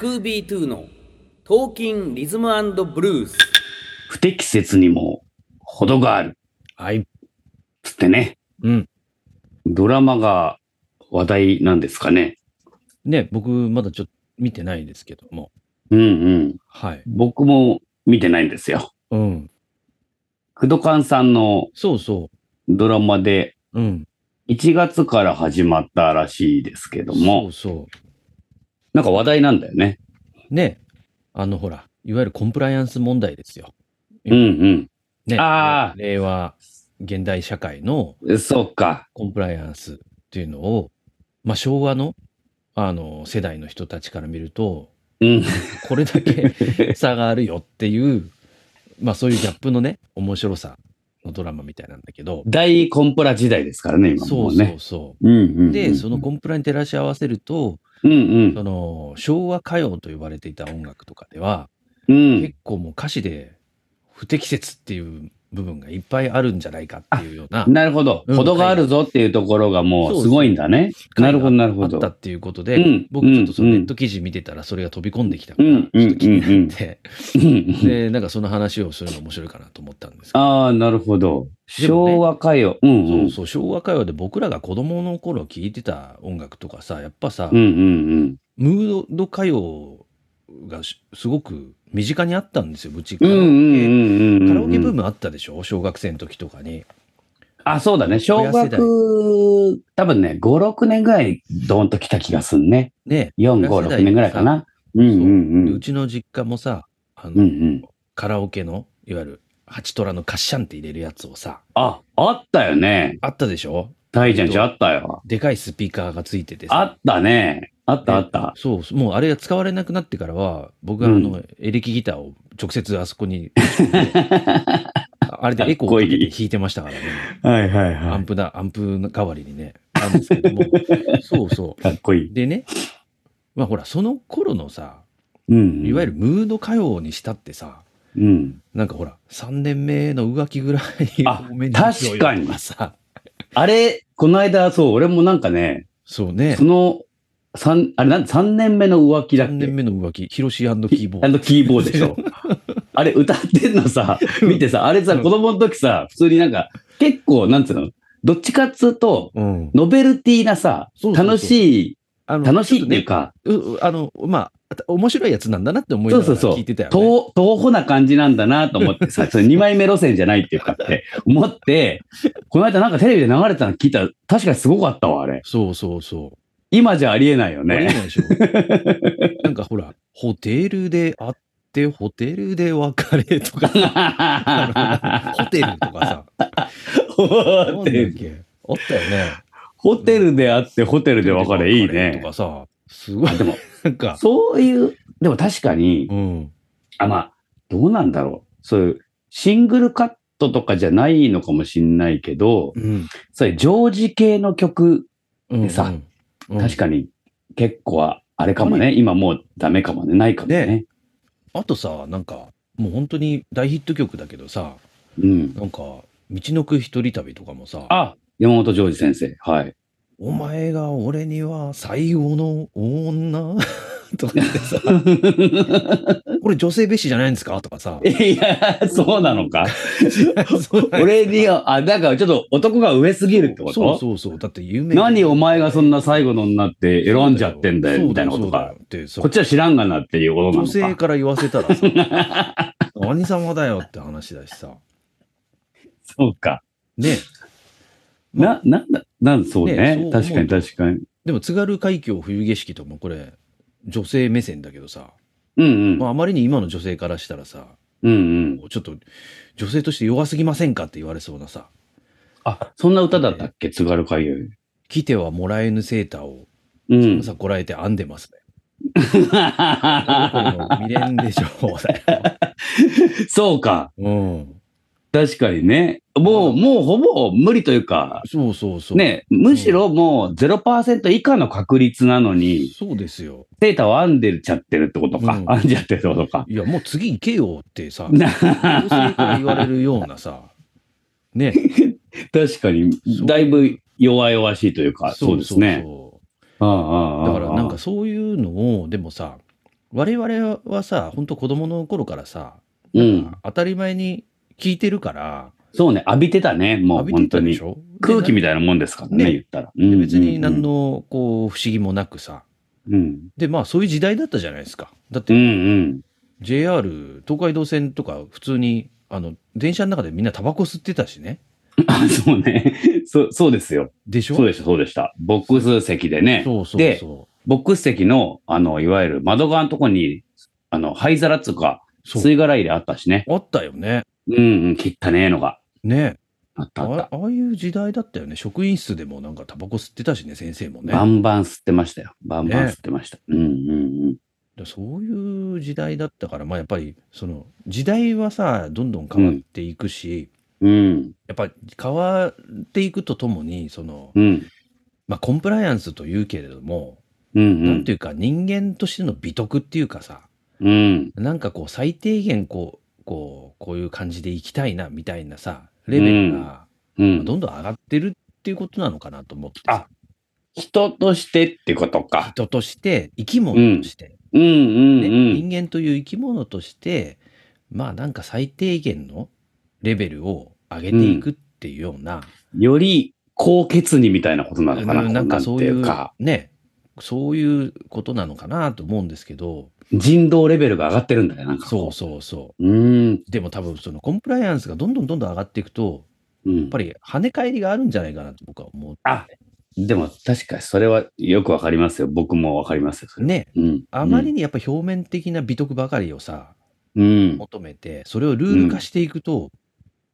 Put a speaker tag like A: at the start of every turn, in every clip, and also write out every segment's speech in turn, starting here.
A: UB2 のトーキンリズムブルース。
B: 不適切にも程がある。
C: はい。
B: つってね。
C: うん。
B: ドラマが話題なんですかね。
C: ね、僕、まだちょっと見てないですけども。
B: うんうん。
C: はい。
B: 僕も見てないんですよ。
C: うん。
B: クドカンさんの
C: そうそ
B: ドラマで
C: う。うん。
B: 1月から始まったらしいですけど
C: そう
B: も、
C: そ
B: なんか話題なんだよね。
C: う。ね、あの、ほら、いわゆるコンプライアンス問題ですよ。
B: うんうん。
C: ね。
B: あー
C: 令和、現代社会の
B: そうか。
C: コンプライアンスっていうのを、まあ、昭和の、あの、世代の人たちから見ると、
B: うん。
C: これだ け差があるよっていう、まあ、そういうギャップのね、面白さのドラマみたいなんだけど、
B: 大コンプラ時代ですからね、今
C: そ
B: も
C: う
B: う
C: そ
B: ね
C: う。そう。
B: うんうんうん
C: で、そのコンプラに照らし合わせると、
B: うんうん
C: その昭和歌謡と呼ばれていた音楽とかでは、
B: うん
C: 結。構もう歌詞で不適切っていう部分がいっぱいあるんじゃないかっていうような、
B: なるほど。
C: うん
B: 程があるぞっていうところがも
C: そうう
B: すごいんだね。なるほど、なる
C: あ
B: ほ
C: った
B: ど。
C: っていうことで、
B: うん
C: 僕ちょっとその
B: うん
C: ネット記事見てたらそれが飛び込んできたから、
B: うんうん
C: ちょっと気になって、
B: うん
C: で、なんかその話をするの面白いかなと思ったんですけど、
B: ああ、なるほど。
C: でもね
B: 昭和歌謡。うんう
C: そ
B: ん
C: う。そう、昭和歌謡で僕らが子供の頃聴いてた音楽とかさ、やっぱさ、
B: うんうん
C: ムード歌謡がしすごく身近にあったんですよ、うちカ
B: うん。う
C: ラ
B: ん
C: オ
B: う
C: ケ。
B: んうんうん。
C: カラオケブー。ムあったでしょ小学生の時とかに。
B: あ、そうだね。小
C: 親世代
B: 学、多分ね、5、6年ぐらいドーンと来た気がすんね。
C: ね。
B: 4、5、
C: 親世代
B: 6年ぐらいかな。うんうん
C: で
B: うん
C: う。ちの実家もさ、あの、
B: うんうん。
C: カラオケの、いわゆる、ハチトラのカッシャンって入れるやつをさ、
B: あ、あったよね。
C: あったでしょ
B: 大ちゃんちあったよ。
C: でかいスピーカーがついててさ。
B: あったね。あったあった。
C: そうそう、もうあれが使われなくなってからは、僕はあの、エレキギターを直接あそこに打ち込んで、 あれでエコーをかけて弾いてましたからね。
B: はいはい
C: アン。プだ、アンプ代わりにね。なんですけど も。そうそう。
B: かっこいい。
C: でね、まあほら、その頃のさ、
B: うん。
C: いわゆ
B: る。
C: るムード歌謡にしたってさ、
B: うん。
C: なんかほら、3年目の浮気ぐらい
B: あ
C: 多めしよう
B: 確
C: よ
B: かに
C: とさ、
B: あれ、この間、そう、俺もなんかね、
C: そうね
B: そ、の、三、あれなん、3年目の浮気だっ
C: 3
B: け
C: 年目の浮気、ヒロシキーボ
B: あ
C: ード。
B: のキーボードでし ょ。あれ歌ってんのさ、 見てさ、あれさ、
C: うん
B: 子供の時さ、普通になんか、結構、なんつうの、どっちかっつうと、
C: うん。
B: ノベルティなさ
C: そ、うそうそう
B: 楽しい、
C: あの
B: 楽しいっていう、か、
C: ちょっとねうあの、まあ、面白いやつなんだなって思いなが
B: そ
C: ら
B: うそうそう
C: 聞いてたよね。
B: とうほな感じなんだなと思って さ、それ2枚目路線じゃないっていうかって思って、この間なんかテレビで流れてたの聞いたら、確かにすごかったわ、あれ。
C: そうそうそう。
B: 今じゃありえないよ
C: ありえ
B: ね。、
C: ないでしょなんかほら、ホテルで会って、ホテルで別れと かあのホテルとかさ、
B: ホテル
C: なんだっけあったよね。
B: ホテルであって、ホテルで別れ、いい
C: と
B: ね。
C: かさ、すごい
B: あ、でも、
C: なんか、
B: そういう、でも確かに、
C: うん。
B: あ、まあ、どうなんだろう。そういう、シングルカットとかじゃないのかもしんないけど、
C: うん。
B: そういうジョージ系の曲、
C: うん。
B: さ
C: うん、
B: 確かに結構は、あれかもね、今もうダメかもね、ないかもね。
C: ねあとさ、なんか、もう本当に大ヒット曲だけどさ、
B: うん。
C: なんか、道のく一人旅とかもさ、
B: あ、山本ジョージ先生。はい。、
C: お前が俺には最後の女 とか言ってさ、これ女性蔑視じゃないんですかとかさ
B: いや、そうなのか。
C: そう
B: 俺には、あ、なんかちょっと男が上すぎるってこと
C: そうそうそう、だって有名
B: 何お前がそんな最後の女って選んじゃってんだよ、
C: そう
B: みたいなこと
C: そうだ
B: か
C: よ。ってさ
B: こっちは知らんがなっていうことな
C: 女
B: の
C: 性
B: か。
C: から言わせたらさ、 何様だよって話だしさ。
B: そうか。
C: ね。
B: な、なんだ、なんそうね。
C: ねそう思う
B: 確かに確かに。
C: でも津軽海峡冬景色ともこれ、女性目線だけどさ、
B: うんうん。
C: まあ、あまりに今の女性からしたらさ、
B: うんうん。
C: ちょっと女性として弱すぎませんかって言われそうなさ、
B: あ、そんな歌だったっけ津軽海遊。
C: 来てはもらえぬセーターを
B: うん。
C: さこらえて編んでます ね。これも
B: あ
C: 未練でしょう だ
B: そうか。
C: よ。うん。
B: 確かにね。もう、もうほぼ無理というか、
C: そうそうそう。。
B: ね、むしろもう0%以下の確率なのに、
C: そうですよ。
B: データを編んでちゃってるってことか。
C: うん
B: 編んじゃってるってことか。
C: いや、もう次行けよってさ、
B: な
C: 女性から言われるようなさ、ね。
B: 確かに
C: そ、う
B: だいぶ弱々しいというか、そうですね。
C: そう
B: ああああああ
C: だからなんか、そういうのを、でもさ、我々はさ、本当子供の頃からさ、
B: うん。
C: 当たり前に聞いてるから、
B: そうね、浴びてたね、もう
C: 浴びて
B: 本当
C: たで
B: に
C: し。ょ
B: 空気
C: で
B: みたいなもんですからね、
C: ね
B: 言ったら。
C: で別に
B: の。
C: 何のこう不思議もなくさ。
B: うん。
C: で、まあそういう時代だったじゃないですか。だっ
B: うんう
C: て
B: ん。
C: JR 東海道線とか普通に、あの、電車の中でみんなタバコ吸ってたしね。
B: あ、そうね。そう、そうですよ。
C: でしょ
B: そうでした、そうでした。ボックス席でね。
C: そうそう
B: で
C: そ
B: ボックス席の、あの、いわゆる窓側のとこに、あの、灰皿っつうか、
C: う。そう。
B: 吸い殻入れあったしね。
C: あったよね。
B: うんうん、切ったねえのが。
C: ね
B: あったあっ
C: あ
B: た。
C: ああいう時代だったよね。職員室でもなんかタバコ吸ってたしね、先生もね。
B: バンバン吸ってましたよ。バンバン吸ってました。うんうんうん。
C: でそういう時代だったから、まあやっぱり、その、時代はさ、どんどん変わっていくし、
B: うん、
C: やっぱり変わっていくとともに、その、
B: うん、
C: まあコンプライアンスというけれども、
B: うん、う
C: なん
B: ん
C: ていうか人間としての美徳っていうかさ、
B: うん、
C: なんかこう最低限こう、こう、こういう感じでいきたいなみたいなさ、レベルが
B: う
C: まあ
B: ん。
C: どんどん上がってるっていうことなのかなと思って、
B: あ人としてってことか。
C: 人として、生き物として、
B: うん、うん、
C: ね
B: うん。
C: 人間という生き物として、まあなんか最低限のレベルを上げていくっていうような、
B: より高血にみたいなことなのかな。
C: うんなんかそうい
B: なんて
C: う
B: か、
C: ね、そういうことなのかなと思うんですけど、
B: 人道レベルが上がってるんだね、なんか。。
C: そうそうそう
B: うん、
C: う。でも多分そのコンプライアンスがどんどんどんどん上がっていくと、
B: う
C: や
B: ん
C: っぱ。り跳ね返りがあるんじゃないかなと僕は思う。
B: あ、でも確かにそれはよくわかりますよ。僕もわかりますよ、それ。
C: ね、
B: うん。
C: あまりにやっぱ表面的な美徳ばかりをさ、
B: うん。
C: 求めて、それをルール化していくと、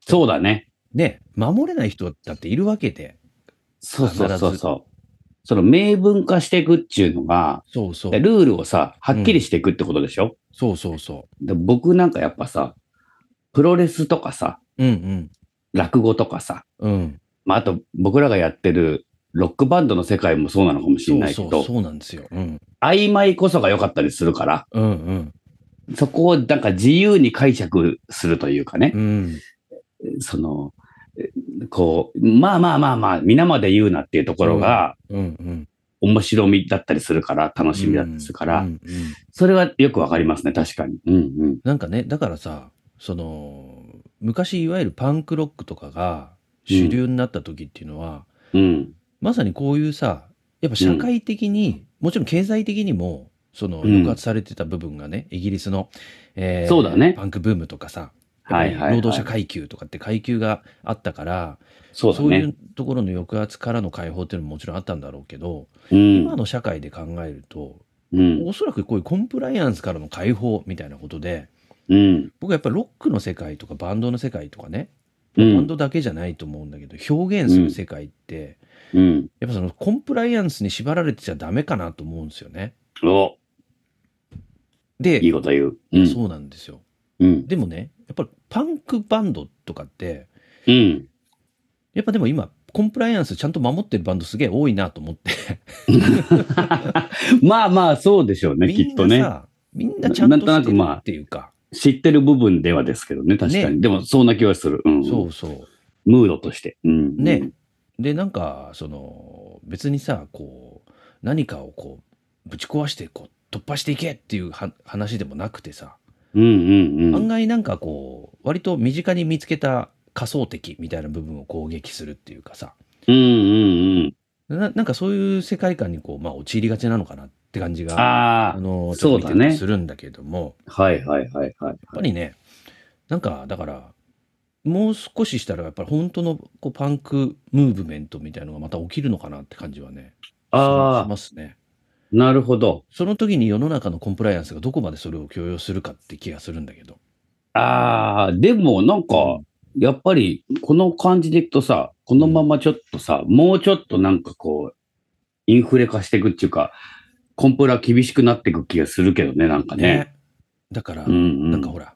B: そうだね。
C: ね、守れない人だっているわけで。
B: そうそうそ
C: 必
B: う
C: ず
B: そう。その明文化していくっていうのが、
C: そうそう
B: ル。ールをさ、はっきりしていくってことでしょ、
C: そうそうそ
B: で僕なんかやっぱさ、プロレスとかさ、
C: う。うん
B: 落語とかさ、
C: うん。うん。
B: まあ、あと僕らがやってるロックバンドの世界もそうなのかもしれ
C: そう
B: ないけ
C: そ
B: ど、
C: う、そうなんですよ。うん。
B: 曖昧こそが良かったりするから、
C: うん
B: そこをなんか自由に解釈するというかね。
C: うん。うん。
B: その、えこう、まあまあまあまあ、皆まで言うなっていうところが、
C: うんうん。
B: 面白みだったりするから、楽しみだったりするから、
C: うんうんうん
B: それはよくわかりますね、確かに。うんうん。
C: なんかね、だからさ、その、昔いわゆるパンクロックとかが主流になった時っていうのは、
B: うん。
C: まさにこういうさ、やっぱ社会的に、もちろん経済的にも、その
B: うん
C: 抑圧されてた部分がね、イギリスの、え
B: そうだね
C: パンクブームとかさ、
B: はいはい、はい。
C: 労働者階級とかって階級があったから、
B: そうだ
C: そうい
B: ね。
C: うところの抑圧からの解放っていうのももちろんあったんだろうけど、
B: う
C: 今
B: ん。
C: の社会で考えると、
B: うん。
C: おそらくこういうコンプライアンスからの解放みたいなことで、
B: うん。
C: 僕はやっぱロックの世界とかバンドの世界とかね、
B: う
C: バン
B: ん。
C: ドだけじゃないと思うんだけど、表現する世界って、
B: うん。
C: やっぱそのコンプライアンスに縛られてちゃダメかなと思うんですよね。
B: お、
C: で、
B: いいこと言う。うん。
C: そうなんですよ。
B: うん。
C: でもね、やっぱりパンクバンドとかって、
B: うん。
C: やっぱでも今、コンプライアンスちゃんと守ってるバンドすげえ多いなと思って。
B: まあまあ、そうでしょうね、
C: み
B: きっ
C: んな
B: とね。
C: さ、みんなちゃんと
B: なん
C: し
B: と
C: て
B: なく
C: る
B: まあ
C: っていうか。
B: 知ってる部分ではですけどね、確かに。
C: ね
B: でも、そんな気はする。うん。
C: そうそう。
B: ムードとして。うん。
C: ね。で、なんか、その、別にさ、こう、何かをこう、ぶち壊して、こう、突破していけっていうは話でもなくてさ、
B: うんうんう
C: 案
B: ん。
C: 外なんかこう割と身近に見つけた仮想敵みたいな部分を攻撃するっていうかさ
B: うんうんうん。
C: ななんかそういう世界観にこう、まあ、陥りがちなのかなって感じが
B: ああ
C: あ。のち
B: そ
C: ょっ
B: う
C: と
B: だ
C: 見
B: ね
C: てたりするんだけども、
B: はいはいはいはい。
C: やっぱりねなんかだからもう少ししたらやっぱり本当のこうパンクムーブメントみたいのがまた起きるのかなって感じはねし
B: ああ、
C: ますね。
B: なるほど。
C: その時に世の中のコンプライアンスがどこまでそれを許容するかって気がするんだけど。
B: ああ、でもなんか、やっぱりこの感じでいくとさ、このままちょっとさ、もうちょっとなんかこう、インフレ化していくっていうか、コンプラ厳しくなっていく気がするけどね、なんかね。
C: ねだから、
B: うんうん。
C: なんかほら、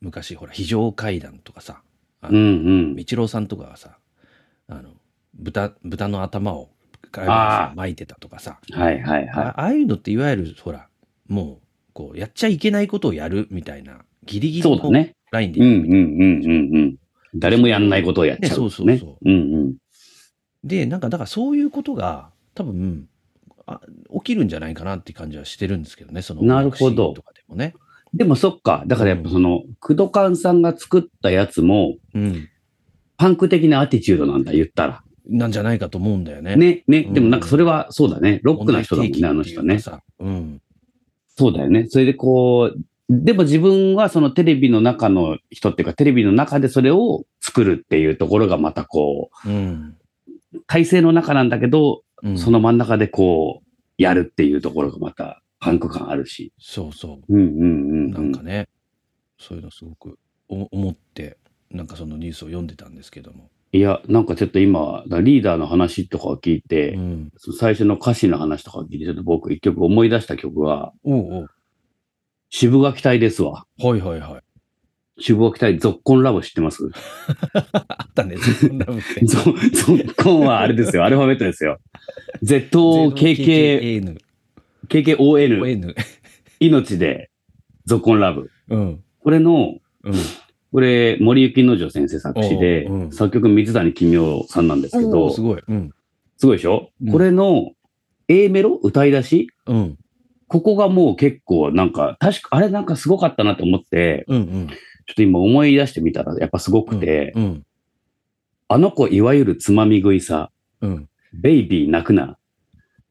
C: 昔ほら、非常階段とかさ、あ
B: うん
C: の、
B: うん。
C: 道郎さんとかがさ、あの、豚、豚の頭を体
B: あ
C: に
B: ー
C: 巻いてたとかさ、
B: はいはい
C: あ
B: は
C: ああいうのっていわゆる、ほら、もう、こう、やっちゃいけないことをやるみたいな、ギリギ
B: い。
C: リ
B: そうだ
C: の
B: ね。
C: ラインで
B: う
C: や
B: んうん
C: るみたいな
B: うんうんうん。誰もやんないことをやっちゃう。
C: ねそうそうそう
B: ね。うんうん。
C: で、なんか、だからそういうことが、多分、あ起きるんじゃないかなって感じはしてるんですけどね、その
B: なるほど
C: 音楽シーンとかでもね。
B: でもそっか。だからやっぱその、クドカンさんが作ったやつも、
C: うん。
B: パンク的なアティチュードなんだ、言ったら。
C: なんじゃないかと思うんだよね。
B: ね、ね。
C: うん
B: でもなんかそれは、そうだね。ロックな人だもん
C: 問題提起
B: ね、あの人
C: っていう
B: ね
C: か。さ。うん。
B: そうだよね。それでこう、でも自分はそのテレビの中の人っていうか、テレビの中でそれを作るっていうところがまたこ
C: うん。
B: う、体制の中なんだけど、
C: うん
B: その真ん中でこう、やるっていうところがまた、パンク感あるし。
C: そうそ
B: うんうんう
C: う。
B: ん、
C: な
B: うんん
C: か。ね、そういうのすごくお思って、なんかそのニュースを読んでたんですけども。
B: いや、なんかちょっと今、リーダーの話とかを聞いて、
C: うん。
B: その最初の歌詞の話とかを聞いて、ちょっと僕一曲思い出した曲は、
C: おう
B: 渋垣隊ですわ。
C: おう。はいはい はい。
B: 渋垣隊、ゾッコンラボ知ってます
C: あったね、 そんなのって。
B: ゾゾッコンはあれですよ、アルファベットですよ。ZOKK、
C: KKN。
B: KKON、
C: ON。
B: 命で、ゾッコンラブ。
C: うん。
B: これの、
C: うん。
B: これ、森幸之丞先生作詞で、
C: おううん
B: 作曲水谷君雄さんなんですけ
C: お
B: ど、
C: ーす
B: す
C: ごい。うん。
B: ごいでしょ、
C: うん
B: これの A メロ歌い出し
C: うん。
B: ここがもう結構なんか、確か、あれなんかすごかったなと思って、
C: うんうん。
B: ちょっと今思い出してみたらやっぱすごくて、
C: うん。
B: あの子いわゆるつまみ食いさ、
C: うん。
B: ベイビー泣くな。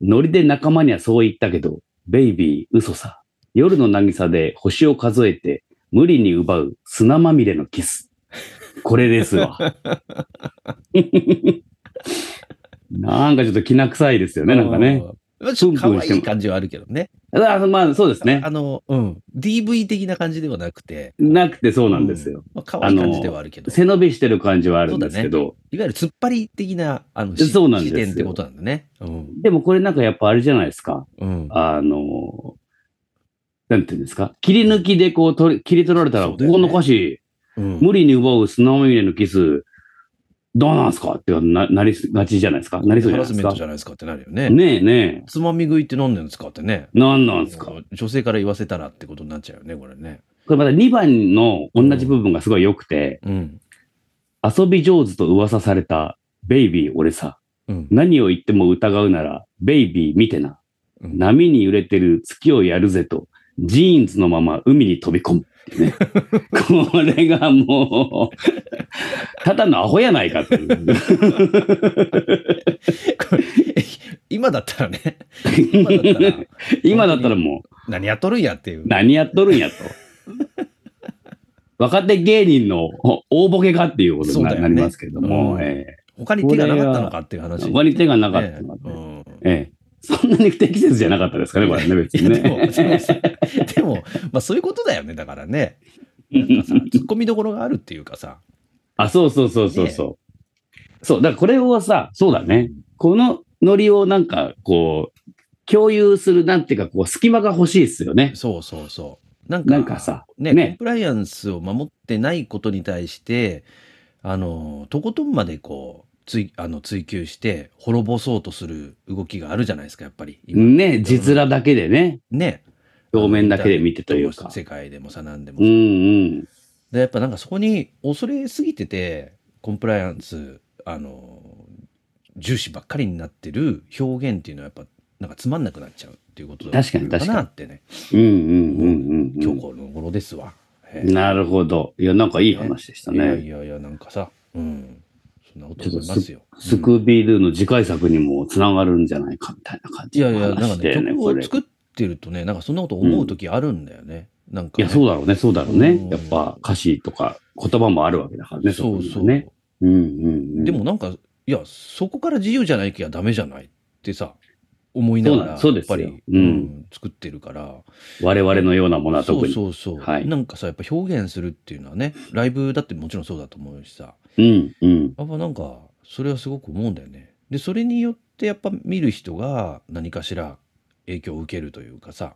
B: ノリで仲間にはそう言ったけど、ベイビー嘘さ。夜の渚で星を数えて、無理に奪う砂まみれのキス。これですわ。なんかちょっときな臭いですよね、なんかね。
C: あー。ちょっと可愛い感じはあるけどね。
B: あまあそうですね
C: あ。の、うん。DV 的な感じではなくて、
B: なくてそうなんですよ。
C: まあ、可愛い感じではあるけど、
B: 背伸びしてる感じはあるんですけど、
C: いわゆる突っ張り的な、あの、
B: そうなんですよ
C: 視点ってことなんだね。うん。
B: でもこれなんかやっぱあれじゃないですか。
C: うん。
B: あの、なんていうんですか。切り抜きでこう取り切り取られたら、
C: そう
B: こ
C: だよ
B: こ
C: ね
B: の歌詞、
C: うん
B: 無理に奪う砂まみれのキス、どうなんすかってななりがちじゃないですか。なりそうじ
C: ハ
B: ゃない
C: ラス
B: です
C: メン
B: か
C: トじ。ゃないですかってなるよね。
B: ねえね
C: つまみ食いって何なんですかってね。
B: え。なんなんですか。
C: 女性から言わせたらってことになっちゃうよね、これね。
B: これまた2番の同じ部分がすごい良くて、
C: うん。
B: 遊び上手と噂された、ベイビー俺さ。
C: うん。
B: 何を言っても疑うなら、ベイビー見てな。
C: うん
B: 波に揺れてる月をやるぜと、ジーンズのまま海に飛び込むってい うね。これがもう、ただのアホやないかって いう。
C: これ 今だった らね、今だったら、
B: 今だったらもう、
C: 何やっとるんやっていう。
B: 何やっとるんやと。若手芸人の大ボケかっていうことにな,、
C: そうだよね
B: りますけれども、
C: うん
B: え
C: 他に手がなかったのかっていう
B: え
C: 話。
B: あまり手がなかったので、
C: ねう
B: え
C: ん
B: えそんなに不適切じゃなかったですかね、これね、別
C: いや
B: に
C: で
B: ね。
C: も、でもさ、でも まあそういうことだよね、だからね。なん かさ、突っ込みどころがあるっていうかさ。
B: あ、そうそうそうそうそう。そう、だからこれをさ、そうだね。このノリをなんかこう、共有するなんていうか、こう、隙間が欲しいですよね。
C: そうそうそう。なんか、
B: なんかさ、
C: ね、
B: ね
C: コンプライアンスを守ってないことに対して、あの、とことんまでこう、追あの追求して滅ぼそうとする動きがあるじゃないですか、やっぱり。今
B: ね、字面だけでね、
C: ね。
B: 表面だけで見てというか。
C: 世界でもさ、何でも
B: うん
C: さ
B: うん。
C: でやっぱなんかそこに恐れすぎててコンプライアンスあの重視ばっかりになってる表現っていうのはやっぱなんかつまんなくなっちゃうっていうことだ
B: 確かに
C: の
B: 確かに
C: なってね
B: うんうんうんう
C: 今
B: ん
C: 日この頃ですわ。え
B: うん。なるほど。いや、なんかいい話でした
C: いや
B: ね。
C: いやいやなんかさ、うん、そんなこと思いますよ。
B: スクービードゥの次回作にもつながるんじゃないかみたいな感
C: い
B: じ
C: やい
B: の
C: やなんか
B: 話
C: ね
B: でね、
C: 曲
B: こ
C: を
B: れ。
C: 作ってるとねなんかそんなこと思う時あるんだよね。なんか
B: いや、
C: ね、
B: そうだろうね、そうだろうね
C: うん。
B: やっぱ歌詞とか言葉もあるわけだからね、
C: そ
B: こ
C: う
B: には
C: そう。
B: ね。うんうんうん。
C: でもなんか、いや、そこから自由じゃないきゃダメじゃないってさ、思いながら、
B: そうなんそうです
C: や
B: よ
C: っぱり、
B: うん
C: 作ってるから、
B: 我々のようなものは
C: そ
B: 特
C: う
B: に。
C: そうそう、
B: はい
C: なんかさ、やっぱ表現するっていうのはね、ライブだってもちろんそうだと思うしさ、
B: うんうん。
C: やっぱなんか、それはすごく思うんだよね。で、それによってやっぱ見る人が何かしら影響を受けるというかさ、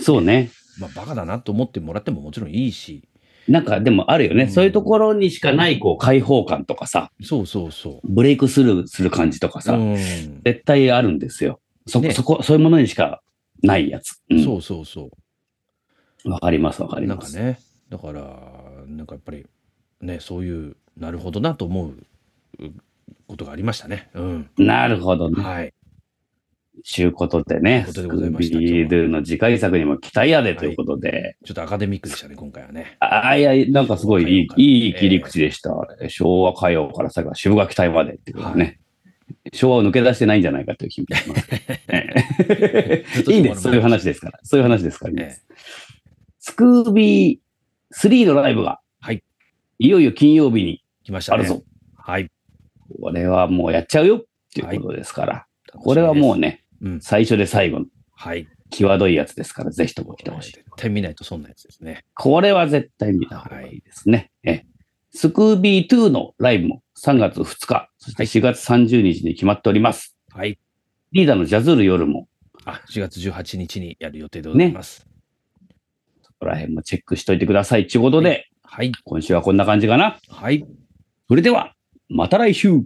B: そうね。
C: まあ、バカだなと思ってもらってももちろんいいし、
B: なんかでもあるよね。
C: うん
B: そういうところにしかないこう開放感とかさ、
C: そうそうそう。
B: ブレイクスルーする感じとかさ、
C: うん
B: 絶対あるんですよ。そ、
C: ね
B: そこ、そういうものにしかないやつ。うん
C: そうそうそう。
B: わかります、わかり
C: なん
B: ま
C: か
B: す。
C: ねだからなんかやっぱりねそういうなるほどなと思ううことがありましたねうん
B: なるほどね。
C: はい
B: ちゅうことでね、
C: と
B: ス
C: い
B: ク
C: うことでござい
B: ー
C: ました
B: ビードゥの次回作にも期待やでということで、
C: ちょっとアカデミックでしたね、今回はね。
B: あいや、なんかすごいい
C: はい
B: いいい切り口でした。昭和歌謡から最後は渋垣隊までってことでね、昭和を抜け出してないんじゃないかという気もします。 え
C: ず
B: え
C: っと
B: いいんです、そういう話ですから。そういう話ですから、いいんです
C: え
B: スクービー3のライブが、
C: はい、
B: いよいよ金曜日に
C: え来ました
B: あ
C: ね。
B: るぞ。
C: はい。
B: これはもうやっちゃうよっていうことですから、これはもう
C: ね。
B: ね、
C: うん。
B: 最初で最後の
C: はい。
B: 際どいやつですから、ぜひとも来てほしい。
C: 絶対見ないと損なやつですね。
B: これは絶対見た方がいいですね。えスクービー2のライブも3月2日、そして4月30日に決まっております。
C: はい。
B: リーダーのジャズル夜も、
C: あ、4月18日にやる予定でございます。
B: そこら辺もチェックしといてください。ちゅうことで、
C: はい。
B: 今週はこんな感じかな。
C: はい。
B: それでは、また来週